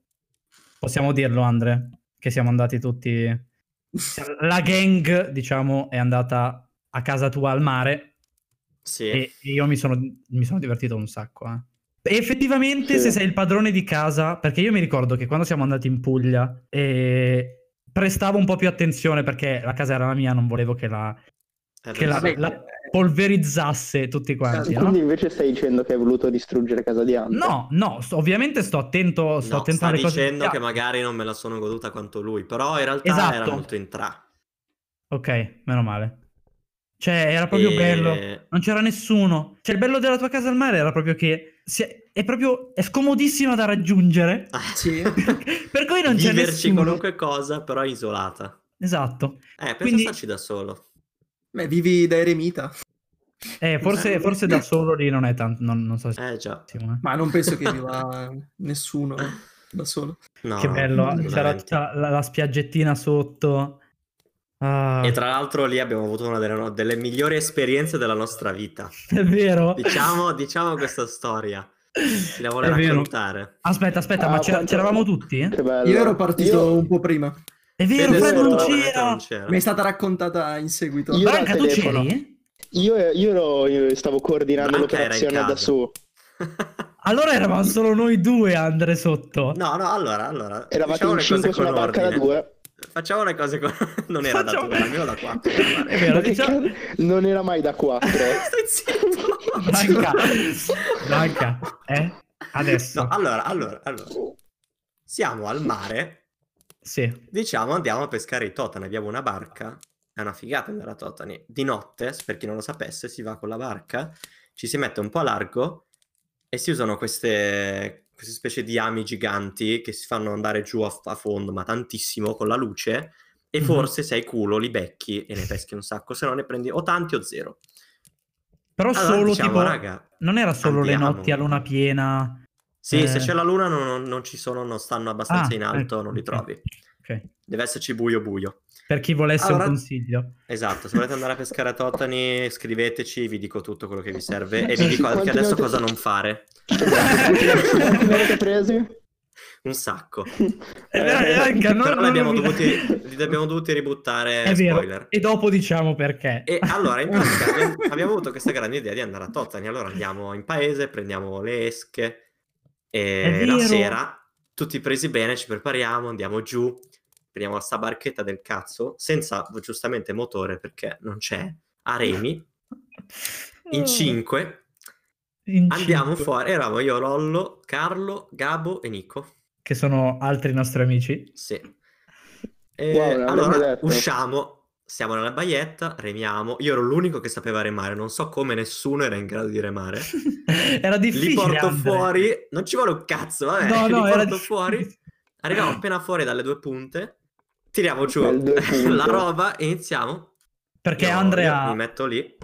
Speaker 2: possiamo dirlo Andre, che siamo andati tutti... La gang, diciamo, è andata a casa tua al mare
Speaker 1: Sì.
Speaker 2: e e io mi sono, mi sono divertito un sacco. eh. E Effettivamente,
Speaker 4: Sì.
Speaker 2: se sei il padrone di casa, perché io mi ricordo che quando siamo andati in Puglia eh, prestavo un po' più attenzione perché la casa era la mia, non volevo che la
Speaker 1: Eh,
Speaker 2: che
Speaker 1: beh,
Speaker 2: la-
Speaker 1: sì.
Speaker 2: la- polverizzasse tutti quanti. no?
Speaker 4: Quindi invece stai dicendo che hai voluto distruggere casa di Andre.
Speaker 2: No, no, sto- ovviamente sto attento, sto
Speaker 1: No,
Speaker 2: attento
Speaker 1: sta
Speaker 2: alle cose.
Speaker 1: dicendo
Speaker 2: Ah,
Speaker 1: che magari non me la sono goduta quanto lui, però in realtà
Speaker 2: Esatto.
Speaker 1: era molto in tra.
Speaker 2: Ok, meno male. Cioè, era proprio
Speaker 1: E-
Speaker 2: bello. Non c'era nessuno. Cioè, il bello della tua casa al mare era proprio che si è, è proprio è scomodissima da raggiungere.
Speaker 3: Sì.
Speaker 2: Per cui non c'è
Speaker 1: Ah, Viverci
Speaker 2: nessuno.
Speaker 1: qualunque cosa, però isolata.
Speaker 2: Esatto.
Speaker 1: Eh, pensa a
Speaker 2: Quindi-
Speaker 1: starci da solo.
Speaker 3: Beh, vivi da eremita.
Speaker 2: Eh, forse, forse da solo lì non è tanto. Non, non so se.
Speaker 1: Esatto. Eh già.
Speaker 2: Sì, ma-
Speaker 3: Ma non penso che viva nessuno da solo.
Speaker 1: No,
Speaker 2: Che bello, eh,
Speaker 1: veramente.
Speaker 2: c'era tutta la, la spiaggettina sotto. Ah,
Speaker 1: E tra l'altro lì abbiamo avuto una delle, delle migliori esperienze della nostra vita.
Speaker 2: È vero.
Speaker 1: Diciamo, diciamo questa storia. Ti la vuole
Speaker 2: È vero.
Speaker 1: raccontare.
Speaker 2: Aspetta, aspetta,
Speaker 4: Ah,
Speaker 2: ma c'era-
Speaker 4: quanto-
Speaker 2: c'eravamo tutti?
Speaker 4: Che bello.
Speaker 3: Io ero partito
Speaker 4: Io-
Speaker 3: un po' prima.
Speaker 2: È vero,
Speaker 1: Vede
Speaker 4: Fran,
Speaker 2: Fred
Speaker 1: solo,
Speaker 2: non
Speaker 4: no,
Speaker 1: veramente
Speaker 2: c'era.
Speaker 1: non c'era.
Speaker 3: Mi è stata raccontata in seguito.
Speaker 4: Io-
Speaker 2: Branca, tu
Speaker 4: ero al telefono.
Speaker 2: c'eri?
Speaker 4: Io, io ero- io stavo coordinando
Speaker 1: Branca era in
Speaker 4: l'operazione
Speaker 1: casa.
Speaker 4: da su.
Speaker 2: Allora eravamo solo noi due, Andre, sotto.
Speaker 1: No, no, allora, allora.
Speaker 4: Eravate
Speaker 1: facciamo Diciamo
Speaker 4: in
Speaker 1: le cose
Speaker 4: 5
Speaker 1: con
Speaker 4: sulla barca da
Speaker 1: ordine.
Speaker 4: 2.
Speaker 1: Facciamo le cose con... Non era da
Speaker 2: Facciamo-
Speaker 1: due, almeno da quattro. mi pare.
Speaker 2: È vero, diciamo...
Speaker 4: Non era mai da 4.
Speaker 1: Stai zitto.
Speaker 2: Branca, Branca, eh? Adesso,
Speaker 1: No, allora, allora, allora. Siamo al mare,
Speaker 2: sì.
Speaker 1: diciamo andiamo a pescare i totani, abbiamo una barca, è una figata andare a totani. Di notte, per chi non lo sapesse, si va con la barca, ci si mette un po' a largo e si usano queste, queste specie di ami giganti che si fanno andare giù a, a fondo, ma tantissimo, con la luce, e
Speaker 2: Mhm.
Speaker 1: forse se hai culo li becchi e ne peschi un sacco, se no ne prendi o tanti o zero.
Speaker 2: Però
Speaker 1: Allora
Speaker 2: solo
Speaker 1: diciamo,
Speaker 2: tipo...
Speaker 1: raga,
Speaker 2: Non era solo
Speaker 1: andiamo.
Speaker 2: le notti a luna piena.
Speaker 1: sì,
Speaker 2: eh,
Speaker 1: se c'è la luna non, non- non ci sono, non stanno abbastanza
Speaker 2: Ah,
Speaker 1: in alto,
Speaker 2: ecco,
Speaker 1: non li
Speaker 2: ok.
Speaker 1: trovi.
Speaker 2: Ok.
Speaker 1: Deve esserci buio buio.
Speaker 2: Per chi volesse
Speaker 1: Allora-
Speaker 2: un consiglio.
Speaker 1: Esatto, se volete andare a pescare a Totani, scriveteci, vi dico tutto quello che vi serve e vi
Speaker 4: Sì,
Speaker 1: dico anche
Speaker 4: quanti ne
Speaker 1: adesso
Speaker 4: avete-
Speaker 1: cosa non fare.
Speaker 2: Eh,
Speaker 4: Quanti ne avete presi?
Speaker 1: Un sacco.
Speaker 2: Eh, Branca, non-
Speaker 1: Però
Speaker 2: non
Speaker 1: li abbiamo,
Speaker 2: mi-
Speaker 1: dovuti, li abbiamo dovuti ributtare,
Speaker 2: È vero.
Speaker 1: spoiler.
Speaker 2: E dopo diciamo perché.
Speaker 1: E allora, in pratica, abbiamo, abbiamo avuto questa grande idea di andare a Totani. Allora andiamo in paese, prendiamo le esche
Speaker 2: È
Speaker 1: e
Speaker 2: vero.
Speaker 1: la sera, tutti presi bene, ci prepariamo, andiamo giù, prendiamo sta barchetta del cazzo, senza giustamente motore perché non c'è, a remi, in cinque.
Speaker 2: In
Speaker 1: Andiamo
Speaker 2: Oh. cinque,
Speaker 1: fuori, eravamo io, Lollo, Carlo, Gabo e Nico.
Speaker 2: Che sono altri nostri amici.
Speaker 1: Sì. E
Speaker 4: Wow, non l'avremmo
Speaker 1: allora
Speaker 4: detto.
Speaker 1: usciamo, siamo nella baietta, remiamo. Io ero l'unico che sapeva remare, non so come nessuno era in grado di remare.
Speaker 2: Era difficile.
Speaker 1: Li porto
Speaker 2: Andre.
Speaker 1: fuori, non ci vuole un cazzo, vabbè, Eh,
Speaker 2: No,
Speaker 1: li
Speaker 2: no, era
Speaker 1: porto fuori.
Speaker 2: difficile.
Speaker 1: Arriviamo appena fuori dalle due punte, tiriamo giù
Speaker 4: Dal due punte.
Speaker 1: la roba e iniziamo.
Speaker 2: Perché
Speaker 1: Io- io
Speaker 2: Andrea...
Speaker 1: mi metto lì.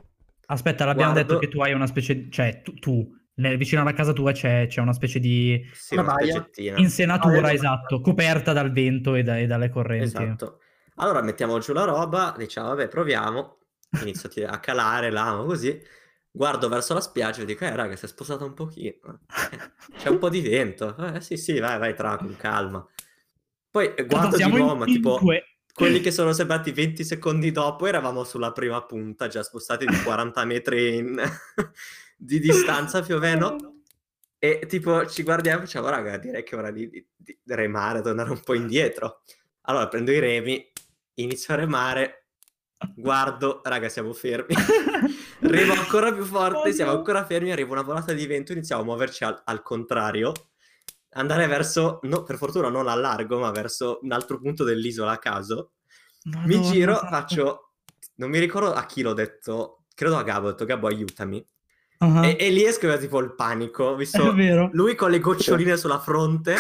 Speaker 2: Aspetta, l'abbiamo
Speaker 1: Guardo-
Speaker 2: detto che tu hai una specie di... Cioè, tu, tu, nel- vicino alla casa tua c'è, c'è una specie di
Speaker 1: Sì,
Speaker 3: Una
Speaker 1: una
Speaker 3: baia.
Speaker 1: spaghettina.
Speaker 2: insenatura,
Speaker 3: Ah,
Speaker 2: esatto, coperta dal vento e, da- e dalle correnti.
Speaker 1: Esatto. Allora mettiamo giù la roba, diciamo, vabbè, proviamo. Inizio a, tir- a calare, l'amo così. Guardo verso la spiaggia e dico, eh raga, si è sposata un pochino. Eh, C'è un po' di vento. Eh sì, sì, vai, vai, tra, con calma. Poi eh, guardo di
Speaker 2: Siamo in
Speaker 1: nuovo, ma tipo,
Speaker 2: cinque.
Speaker 1: quelli che sono sembrati 20 secondi dopo eravamo sulla prima punta, già spostati di 40 metri in- di distanza più o meno. E tipo ci guardiamo e diciamo, raga, direi che è ora di, di- di remare, tornare un po' indietro. Allora prendo i remi, inizio a remare, guardo, raga, siamo fermi. Remo ancora più forte,
Speaker 2: Oh,
Speaker 1: siamo
Speaker 2: no.
Speaker 1: ancora fermi, arriva una volata di vento, iniziamo a muoverci al, al contrario, andare verso, no, per fortuna non al largo, ma verso un altro punto dell'isola a caso. Mi
Speaker 2: Madonna, esatto.
Speaker 1: giro,
Speaker 2: santo.
Speaker 1: faccio, non mi ricordo a chi l'ho detto, credo a Gabo, ho detto Gabo aiutami.
Speaker 2: Ah,
Speaker 1: E, e lì escono tipo il panico,
Speaker 2: È
Speaker 1: visto
Speaker 2: vero.
Speaker 1: lui con le goccioline sulla fronte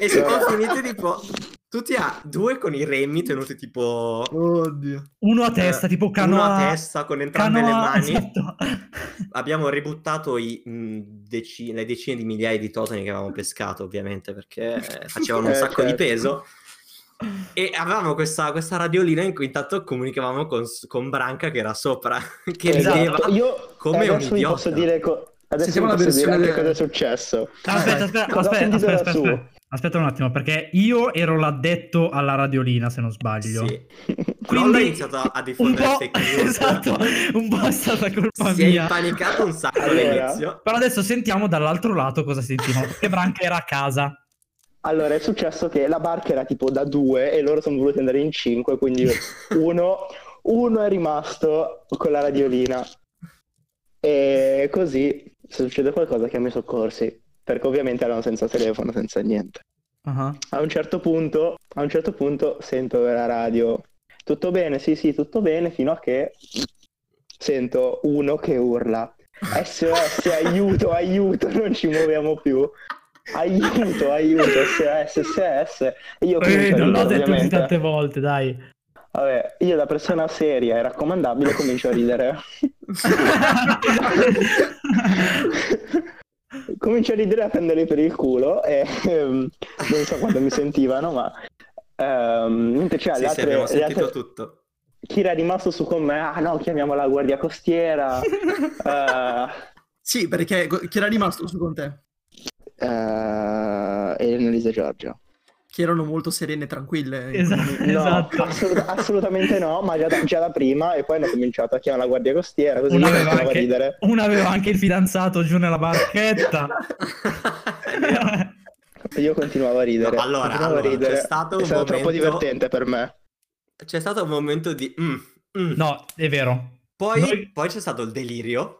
Speaker 1: e siamo finiti tipo tutti a due con i remi tenuti tipo
Speaker 3: Oddio.
Speaker 2: Uno a testa,
Speaker 1: eh,
Speaker 2: tipo
Speaker 1: uno
Speaker 2: canoa...
Speaker 1: a testa con entrambe le
Speaker 2: canoa-
Speaker 1: mani. Eh,
Speaker 2: esatto.
Speaker 1: Abbiamo ributtato i, mh, deci- le decine di migliaia di totani che avevamo pescato, ovviamente, perché eh, facevano un
Speaker 4: Eh,
Speaker 1: sacco di
Speaker 4: certo.
Speaker 1: peso. E avevamo questa, questa radiolina in cui intanto comunicavamo con, con Branca che era sopra, che rideva.
Speaker 4: Esatto. Io
Speaker 1: come un
Speaker 4: adesso vi
Speaker 1: idiota.
Speaker 4: posso dire, co- adesso
Speaker 3: Sentiamo
Speaker 4: vi
Speaker 3: la
Speaker 4: posso dire
Speaker 3: versione
Speaker 4: anche
Speaker 3: del-
Speaker 4: cosa è successo.
Speaker 2: Aspetta,
Speaker 3: Dai.
Speaker 2: aspetta,
Speaker 4: L'ho
Speaker 2: aspetta,
Speaker 4: sentito
Speaker 2: aspetta,
Speaker 4: da
Speaker 2: aspetta,
Speaker 4: su.
Speaker 2: Aspetta un attimo, perché io ero l'addetto alla radiolina, se non sbaglio.
Speaker 1: Sì.
Speaker 2: Quindi-
Speaker 1: Quindi ha iniziato a
Speaker 2: Un
Speaker 1: diffondere
Speaker 2: po',
Speaker 1: fake news.
Speaker 2: esatto, un po' è stata colpa
Speaker 1: Si è
Speaker 2: mia.
Speaker 1: impanicato un sacco
Speaker 4: Allora?
Speaker 1: all'inizio.
Speaker 2: Però adesso sentiamo dall'altro lato cosa sentivano, perché Branca era a casa.
Speaker 4: Allora, è successo che la barca era tipo da due e loro sono voluti andare in cinque, quindi uno, uno è rimasto con la radiolina. E così, se succede qualcosa, chiami i soccorsi, perché ovviamente erano senza telefono, senza niente.
Speaker 2: Ah,
Speaker 4: A un certo punto, a un certo punto sento la radio, tutto bene, sì sì, tutto bene, fino a che sento uno che urla, SOS, aiuto, aiuto, non ci muoviamo più. Aiuto, aiuto, eh, SOS, SOS. E Io
Speaker 2: Eh,
Speaker 4: comincio a
Speaker 2: non l'ho detto così
Speaker 4: ridere, ovviamente.
Speaker 2: tante volte, dai.
Speaker 4: Vabbè, io da persona seria e raccomandabile comincio a ridere. comincio a ridere e a prendere per il culo e ehm, non so quando mi sentivano, ma... ehm, niente, cioè,
Speaker 1: sì,
Speaker 4: le
Speaker 1: sì,
Speaker 4: altre-
Speaker 1: abbiamo
Speaker 4: le
Speaker 1: sentito
Speaker 4: altre-
Speaker 1: tutto.
Speaker 4: chi era rimasto su con me, ah no, chiamiamo la guardia costiera. eh,
Speaker 3: Sì, perché co- chi era rimasto su con te?
Speaker 4: eh, e Elisa Giorgio.
Speaker 3: Che erano molto serene e tranquille. in quel
Speaker 2: Esatto,
Speaker 3: momento.
Speaker 4: No,
Speaker 2: esatto.
Speaker 4: assolut- assolutamente no, ma già da, già da prima e poi hanno cominciato a chiamare la guardia costiera così
Speaker 2: Uno
Speaker 4: mi
Speaker 2: aveva,
Speaker 4: facevano
Speaker 2: anche,
Speaker 4: ridere.
Speaker 2: uno aveva anche il fidanzato giù nella barchetta.
Speaker 4: Io continuavo a ridere.
Speaker 1: No, allora,
Speaker 4: continuavo
Speaker 1: allora,
Speaker 4: a ridere.
Speaker 1: c'è stato
Speaker 4: È
Speaker 1: un
Speaker 4: stato troppo
Speaker 1: momento-
Speaker 4: divertente per me.
Speaker 1: C'è stato un momento di... mm, mm.
Speaker 2: no, è vero.
Speaker 1: Poi,
Speaker 2: Noi-
Speaker 1: poi c'è stato il delirio.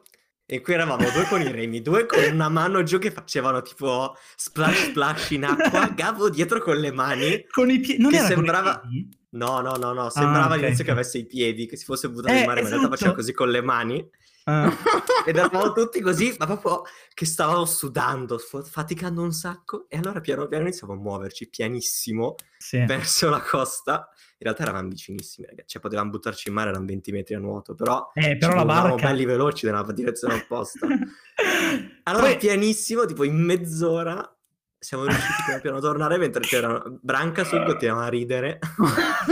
Speaker 1: In cui eravamo due con i remi, due con una mano giù che facevano tipo splash splash in acqua, Gavo dietro con le mani.
Speaker 2: Con i piedi. Non
Speaker 1: Che
Speaker 2: era con i
Speaker 1: sembrava-
Speaker 2: piedi?
Speaker 1: No, no, no, no, sembrava
Speaker 2: Ah, ok,
Speaker 1: all'inizio
Speaker 2: ok.
Speaker 1: che avesse i piedi, che si fosse buttato
Speaker 2: Eh,
Speaker 1: in mare, ma in
Speaker 2: esatto.
Speaker 1: realtà faceva così con le mani.
Speaker 2: Ah.
Speaker 1: Ed eravamo tutti così, ma proprio che stavamo sudando, sf- faticando un sacco. E allora piano piano iniziamo a muoverci pianissimo
Speaker 2: Sì.
Speaker 1: verso la costa. In realtà eravamo vicinissimi, ragazzi. Cioè, potevamo buttarci in mare, erano 20 metri a nuoto, però
Speaker 2: Eh, però
Speaker 1: ci
Speaker 2: la
Speaker 1: muovevamo
Speaker 2: barca.
Speaker 1: belli veloci nella direzione opposta. Allora,
Speaker 2: Poi-
Speaker 1: pianissimo, tipo in mezz'ora siamo riusciti piano piano a tornare mentre c'era Branca sul continuava a ridere.
Speaker 2: Eh,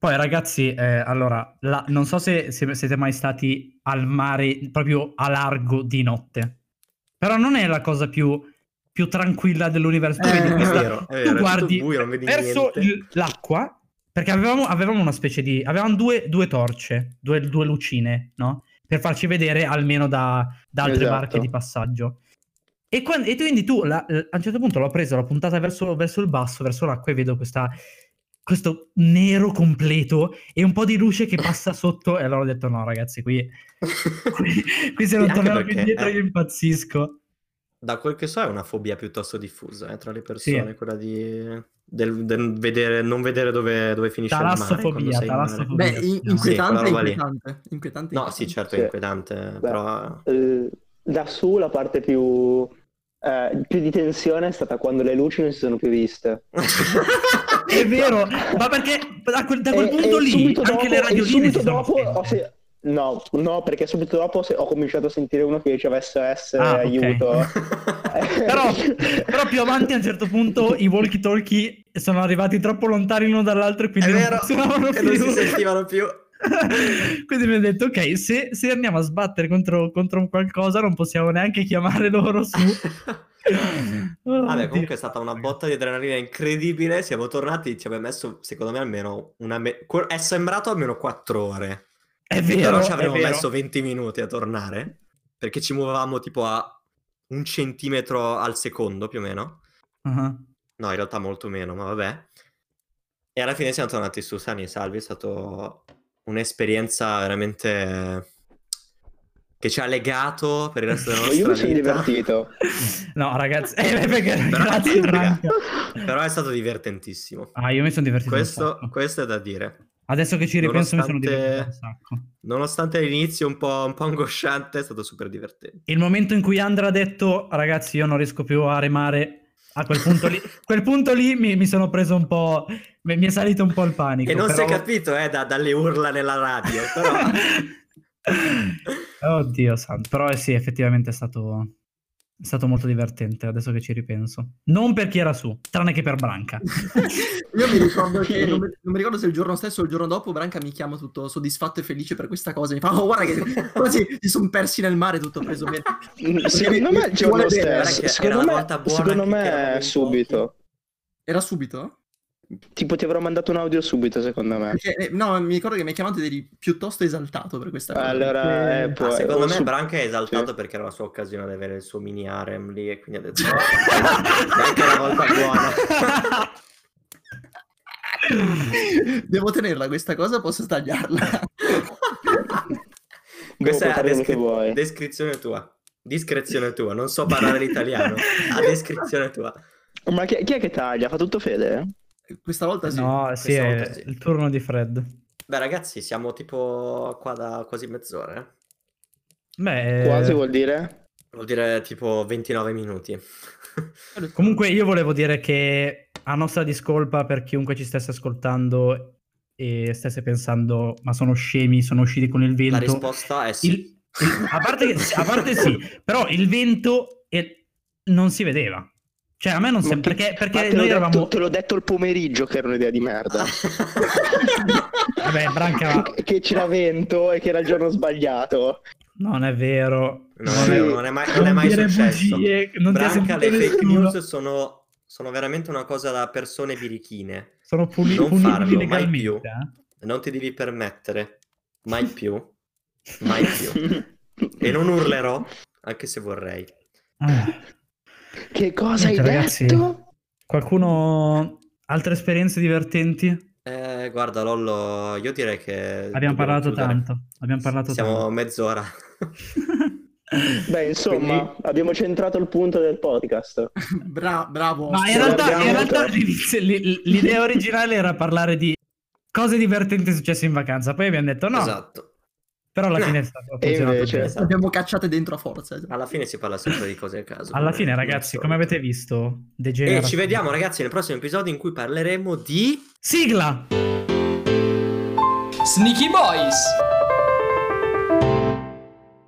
Speaker 2: Poi ragazzi, eh, allora, la- non so se, se siete mai stati al mare proprio a largo di notte, però non è la cosa più, più tranquilla dell'universo. Tu
Speaker 3: Eh,
Speaker 2: vedi
Speaker 1: È
Speaker 2: questa-
Speaker 1: vero, è vero. è
Speaker 2: tu
Speaker 1: tutto
Speaker 2: guardi
Speaker 1: buio, non vedi
Speaker 2: verso
Speaker 1: niente.
Speaker 2: il- l'acqua, perché avevamo, avevamo una specie di... avevamo due, due torce, due, due lucine, no? Per farci vedere almeno da, da altre
Speaker 4: Esatto.
Speaker 2: barche di passaggio. E, quan- e quindi tu la- l- a un certo punto l'ho preso, l'ho puntata verso, verso il basso, verso l'acqua e vedo questa, questo nero completo e un po' di luce che passa sotto e allora ho detto no ragazzi qui, qui, qui se
Speaker 1: Sì,
Speaker 2: non
Speaker 1: anche
Speaker 2: torniamo più
Speaker 1: perché,
Speaker 2: indietro
Speaker 1: eh,
Speaker 2: io impazzisco.
Speaker 1: Da quel che so è una fobia piuttosto diffusa eh, tra le persone,
Speaker 2: Sì.
Speaker 1: quella di del, del vedere, non vedere dove, dove finisce il mare. quando
Speaker 2: Talassofobia,
Speaker 1: sei in mare.
Speaker 2: talassofobia.
Speaker 3: Beh, in-
Speaker 2: Sì,
Speaker 3: inquietante,
Speaker 1: quella roba lì.
Speaker 3: inquietante, inquietante.
Speaker 1: No, sì, certo, è
Speaker 4: Sì.
Speaker 1: inquietante, però...
Speaker 4: Eh, da su la parte più, eh, più di tensione è stata quando le luci non si sono più viste.
Speaker 2: È vero, ma perché da quel, da quel
Speaker 4: E-
Speaker 2: punto
Speaker 4: e
Speaker 2: lì
Speaker 4: subito
Speaker 2: anche
Speaker 4: dopo-
Speaker 2: le
Speaker 4: e
Speaker 2: radioline si
Speaker 4: subito
Speaker 2: sono
Speaker 4: dopo oh
Speaker 2: spente.
Speaker 4: ho se- No, no, perché subito dopo se- ho cominciato a sentire uno che diceva SOS,
Speaker 2: Ah, ok.
Speaker 4: aiuto.
Speaker 2: però, però più avanti a un certo punto i walkie talkie sono arrivati troppo lontani l'uno dall'altro e quindi
Speaker 1: è
Speaker 2: non
Speaker 1: vero,
Speaker 2: funzionavano
Speaker 1: e non si
Speaker 2: più.
Speaker 1: sentivano più.
Speaker 2: quindi mi ho detto ok se, se andiamo a sbattere contro, contro un qualcosa non possiamo neanche chiamare loro su Oh,
Speaker 1: Vabbè, Ah, comunque
Speaker 2: Dio.
Speaker 1: è stata una botta di adrenalina incredibile, siamo tornati, ci abbiamo messo, secondo me, almeno una... me- que- È sembrato almeno 4 ore.
Speaker 2: è vero
Speaker 1: però ci
Speaker 2: è
Speaker 1: avremmo
Speaker 2: vero.
Speaker 1: messo 20 minuti a tornare, perché ci muovevamo tipo a un centimetro al secondo, più o meno.
Speaker 2: Ah,
Speaker 1: No, in realtà molto meno, ma vabbè. E alla fine siamo tornati su sani e salvi, è stata un'esperienza veramente che ci ha legato per il resto della
Speaker 4: Io
Speaker 1: nostra
Speaker 4: mi sono
Speaker 1: vita.
Speaker 4: divertito.
Speaker 2: no ragazzi eh, perché-
Speaker 1: Però-
Speaker 2: grazie Branca.
Speaker 1: Però è stato divertentissimo.
Speaker 2: ah io mi sono divertito un
Speaker 1: Questo,
Speaker 2: sacco.
Speaker 1: questo è da dire.
Speaker 2: adesso che ci ripenso mi sono
Speaker 1: nonostante-
Speaker 2: divertito un sacco
Speaker 1: Nonostante l'inizio un po', un po' angosciante, è stato super divertente.
Speaker 2: il momento in cui Andra ha detto ragazzi io non riesco più a remare a quel punto lì, quel punto lì mi, mi sono preso un po' mi mi è salito un po' il panico
Speaker 1: E non si
Speaker 2: però-
Speaker 1: è capito, eh, da- dalle urla nella radio, però...
Speaker 2: oddio santo però eh sì effettivamente è stato è stato molto divertente adesso che ci ripenso non per chi era su tranne che per Branca
Speaker 1: certo.
Speaker 3: Io mi ricordo che non mi, non mi ricordo se il giorno stesso o il giorno dopo Branca mi chiama tutto soddisfatto e felice per questa cosa. Mi fa, oh, guarda che quasi si sono persi nel mare, tutto preso bene.
Speaker 4: Secondo me è il giorno
Speaker 3: Vuole bene,
Speaker 4: stesso.
Speaker 1: perché era
Speaker 4: Secondo
Speaker 1: la
Speaker 4: me,
Speaker 1: volta buona
Speaker 4: secondo
Speaker 1: che
Speaker 4: me
Speaker 1: eravamo in
Speaker 4: subito.
Speaker 3: Era subito?
Speaker 4: Tipo, ti avrò mandato un audio subito, secondo me.
Speaker 3: Perché, eh, no, mi ricordo che mi hai chiamato ed eri piuttosto esaltato per questa cosa.
Speaker 4: Allora,
Speaker 3: perché-
Speaker 4: eh, può-
Speaker 1: Ah, secondo
Speaker 4: o
Speaker 1: me
Speaker 4: su-
Speaker 1: Branca è esaltato
Speaker 4: Sì.
Speaker 1: perché era la sua occasione di avere il suo mini harem lì e quindi ha detto "Oh, anche una volta buona.
Speaker 3: Devo tenerla questa cosa, posso tagliarla.
Speaker 1: Questa
Speaker 4: puoi
Speaker 1: è la
Speaker 4: fare quello che
Speaker 1: descri-
Speaker 4: vuoi.
Speaker 1: descrizione tua. Discrezione tua, non so parlare l'italiano. A descrizione tua.
Speaker 4: Ma chi, chi è che taglia? Fa tutto Fede?
Speaker 3: questa volta sì.
Speaker 2: no sì
Speaker 1: questa
Speaker 2: è
Speaker 1: volta sì.
Speaker 2: il turno di Fred
Speaker 1: Beh ragazzi, siamo tipo qua da quasi mezz'ora. eh.
Speaker 2: Beh,
Speaker 4: Quasi vuol dire?
Speaker 1: Vuol dire tipo 29 minuti.
Speaker 2: Comunque io volevo dire che a nostra discolpa per chiunque ci stesse ascoltando e stesse pensando ma sono scemi, sono usciti con il vento.
Speaker 1: La risposta è sì.
Speaker 2: Il- il- a, parte che- a parte sì, però il vento e- non si vedeva. Cioè a me non
Speaker 4: Ma
Speaker 2: sembra
Speaker 4: tu-
Speaker 2: perché,
Speaker 4: Ma
Speaker 2: perché
Speaker 4: te, l'ho
Speaker 2: noi
Speaker 4: detto,
Speaker 2: eravamo...
Speaker 4: te l'ho detto il pomeriggio che era un'idea di merda.
Speaker 2: Esatto. Vabbè, Branca,
Speaker 4: che c'era vento e che era il giorno sbagliato.
Speaker 2: non è vero.
Speaker 1: Non,
Speaker 4: Sì.
Speaker 1: è, vero, non è mai, non è mai
Speaker 2: dire
Speaker 1: successo.
Speaker 2: bugie, non ti ha
Speaker 1: Branca, le
Speaker 2: sentito
Speaker 1: fake
Speaker 2: nessuno.
Speaker 1: news sono, sono veramente una cosa da persone birichine.
Speaker 2: Sono puli-
Speaker 1: non
Speaker 2: punibili
Speaker 1: farlo, mai
Speaker 2: legalmente,
Speaker 1: più.
Speaker 2: eh.
Speaker 1: Non ti devi permettere. Mai più. Mai più. E non urlerò, anche se vorrei.
Speaker 2: Ah.
Speaker 4: Che cosa hai
Speaker 2: Niente, ragazzi.
Speaker 4: detto?
Speaker 2: Qualcuno altre esperienze divertenti?
Speaker 1: Eh, guarda, Lollo, io direi che...
Speaker 2: Abbiamo
Speaker 1: dobbiamo
Speaker 2: parlato
Speaker 1: chiudere.
Speaker 2: tanto. Abbiamo parlato
Speaker 1: Siamo
Speaker 2: tanto.
Speaker 1: mezz'ora.
Speaker 4: Beh, insomma,
Speaker 1: Quindi-
Speaker 4: abbiamo centrato il punto del podcast.
Speaker 3: Bra- bravo.
Speaker 2: Ma in
Speaker 4: Ci
Speaker 2: realtà,
Speaker 4: guardiamo
Speaker 2: in realtà
Speaker 4: tra-
Speaker 2: l'inizio- l- l'idea originale era parlare di cose divertenti successe in vacanza. Poi abbiamo detto no,
Speaker 1: Esatto.
Speaker 2: però alla
Speaker 1: No.
Speaker 2: fine è stato
Speaker 4: E
Speaker 2: funzionato
Speaker 4: invece-
Speaker 2: bene.
Speaker 1: Esatto.
Speaker 3: Abbiamo cacciate dentro a forza. esatto.
Speaker 1: Alla fine si parla sempre di cose a caso.
Speaker 2: Alla
Speaker 1: come-
Speaker 2: fine,
Speaker 1: come
Speaker 2: ragazzi,
Speaker 1: al
Speaker 2: come
Speaker 1: solito.
Speaker 2: avete visto,
Speaker 1: E
Speaker 2: degenera.
Speaker 1: ci vediamo, ragazzi, nel prossimo episodio in cui parleremo di...
Speaker 2: Sigla!
Speaker 5: Sneaky Boys!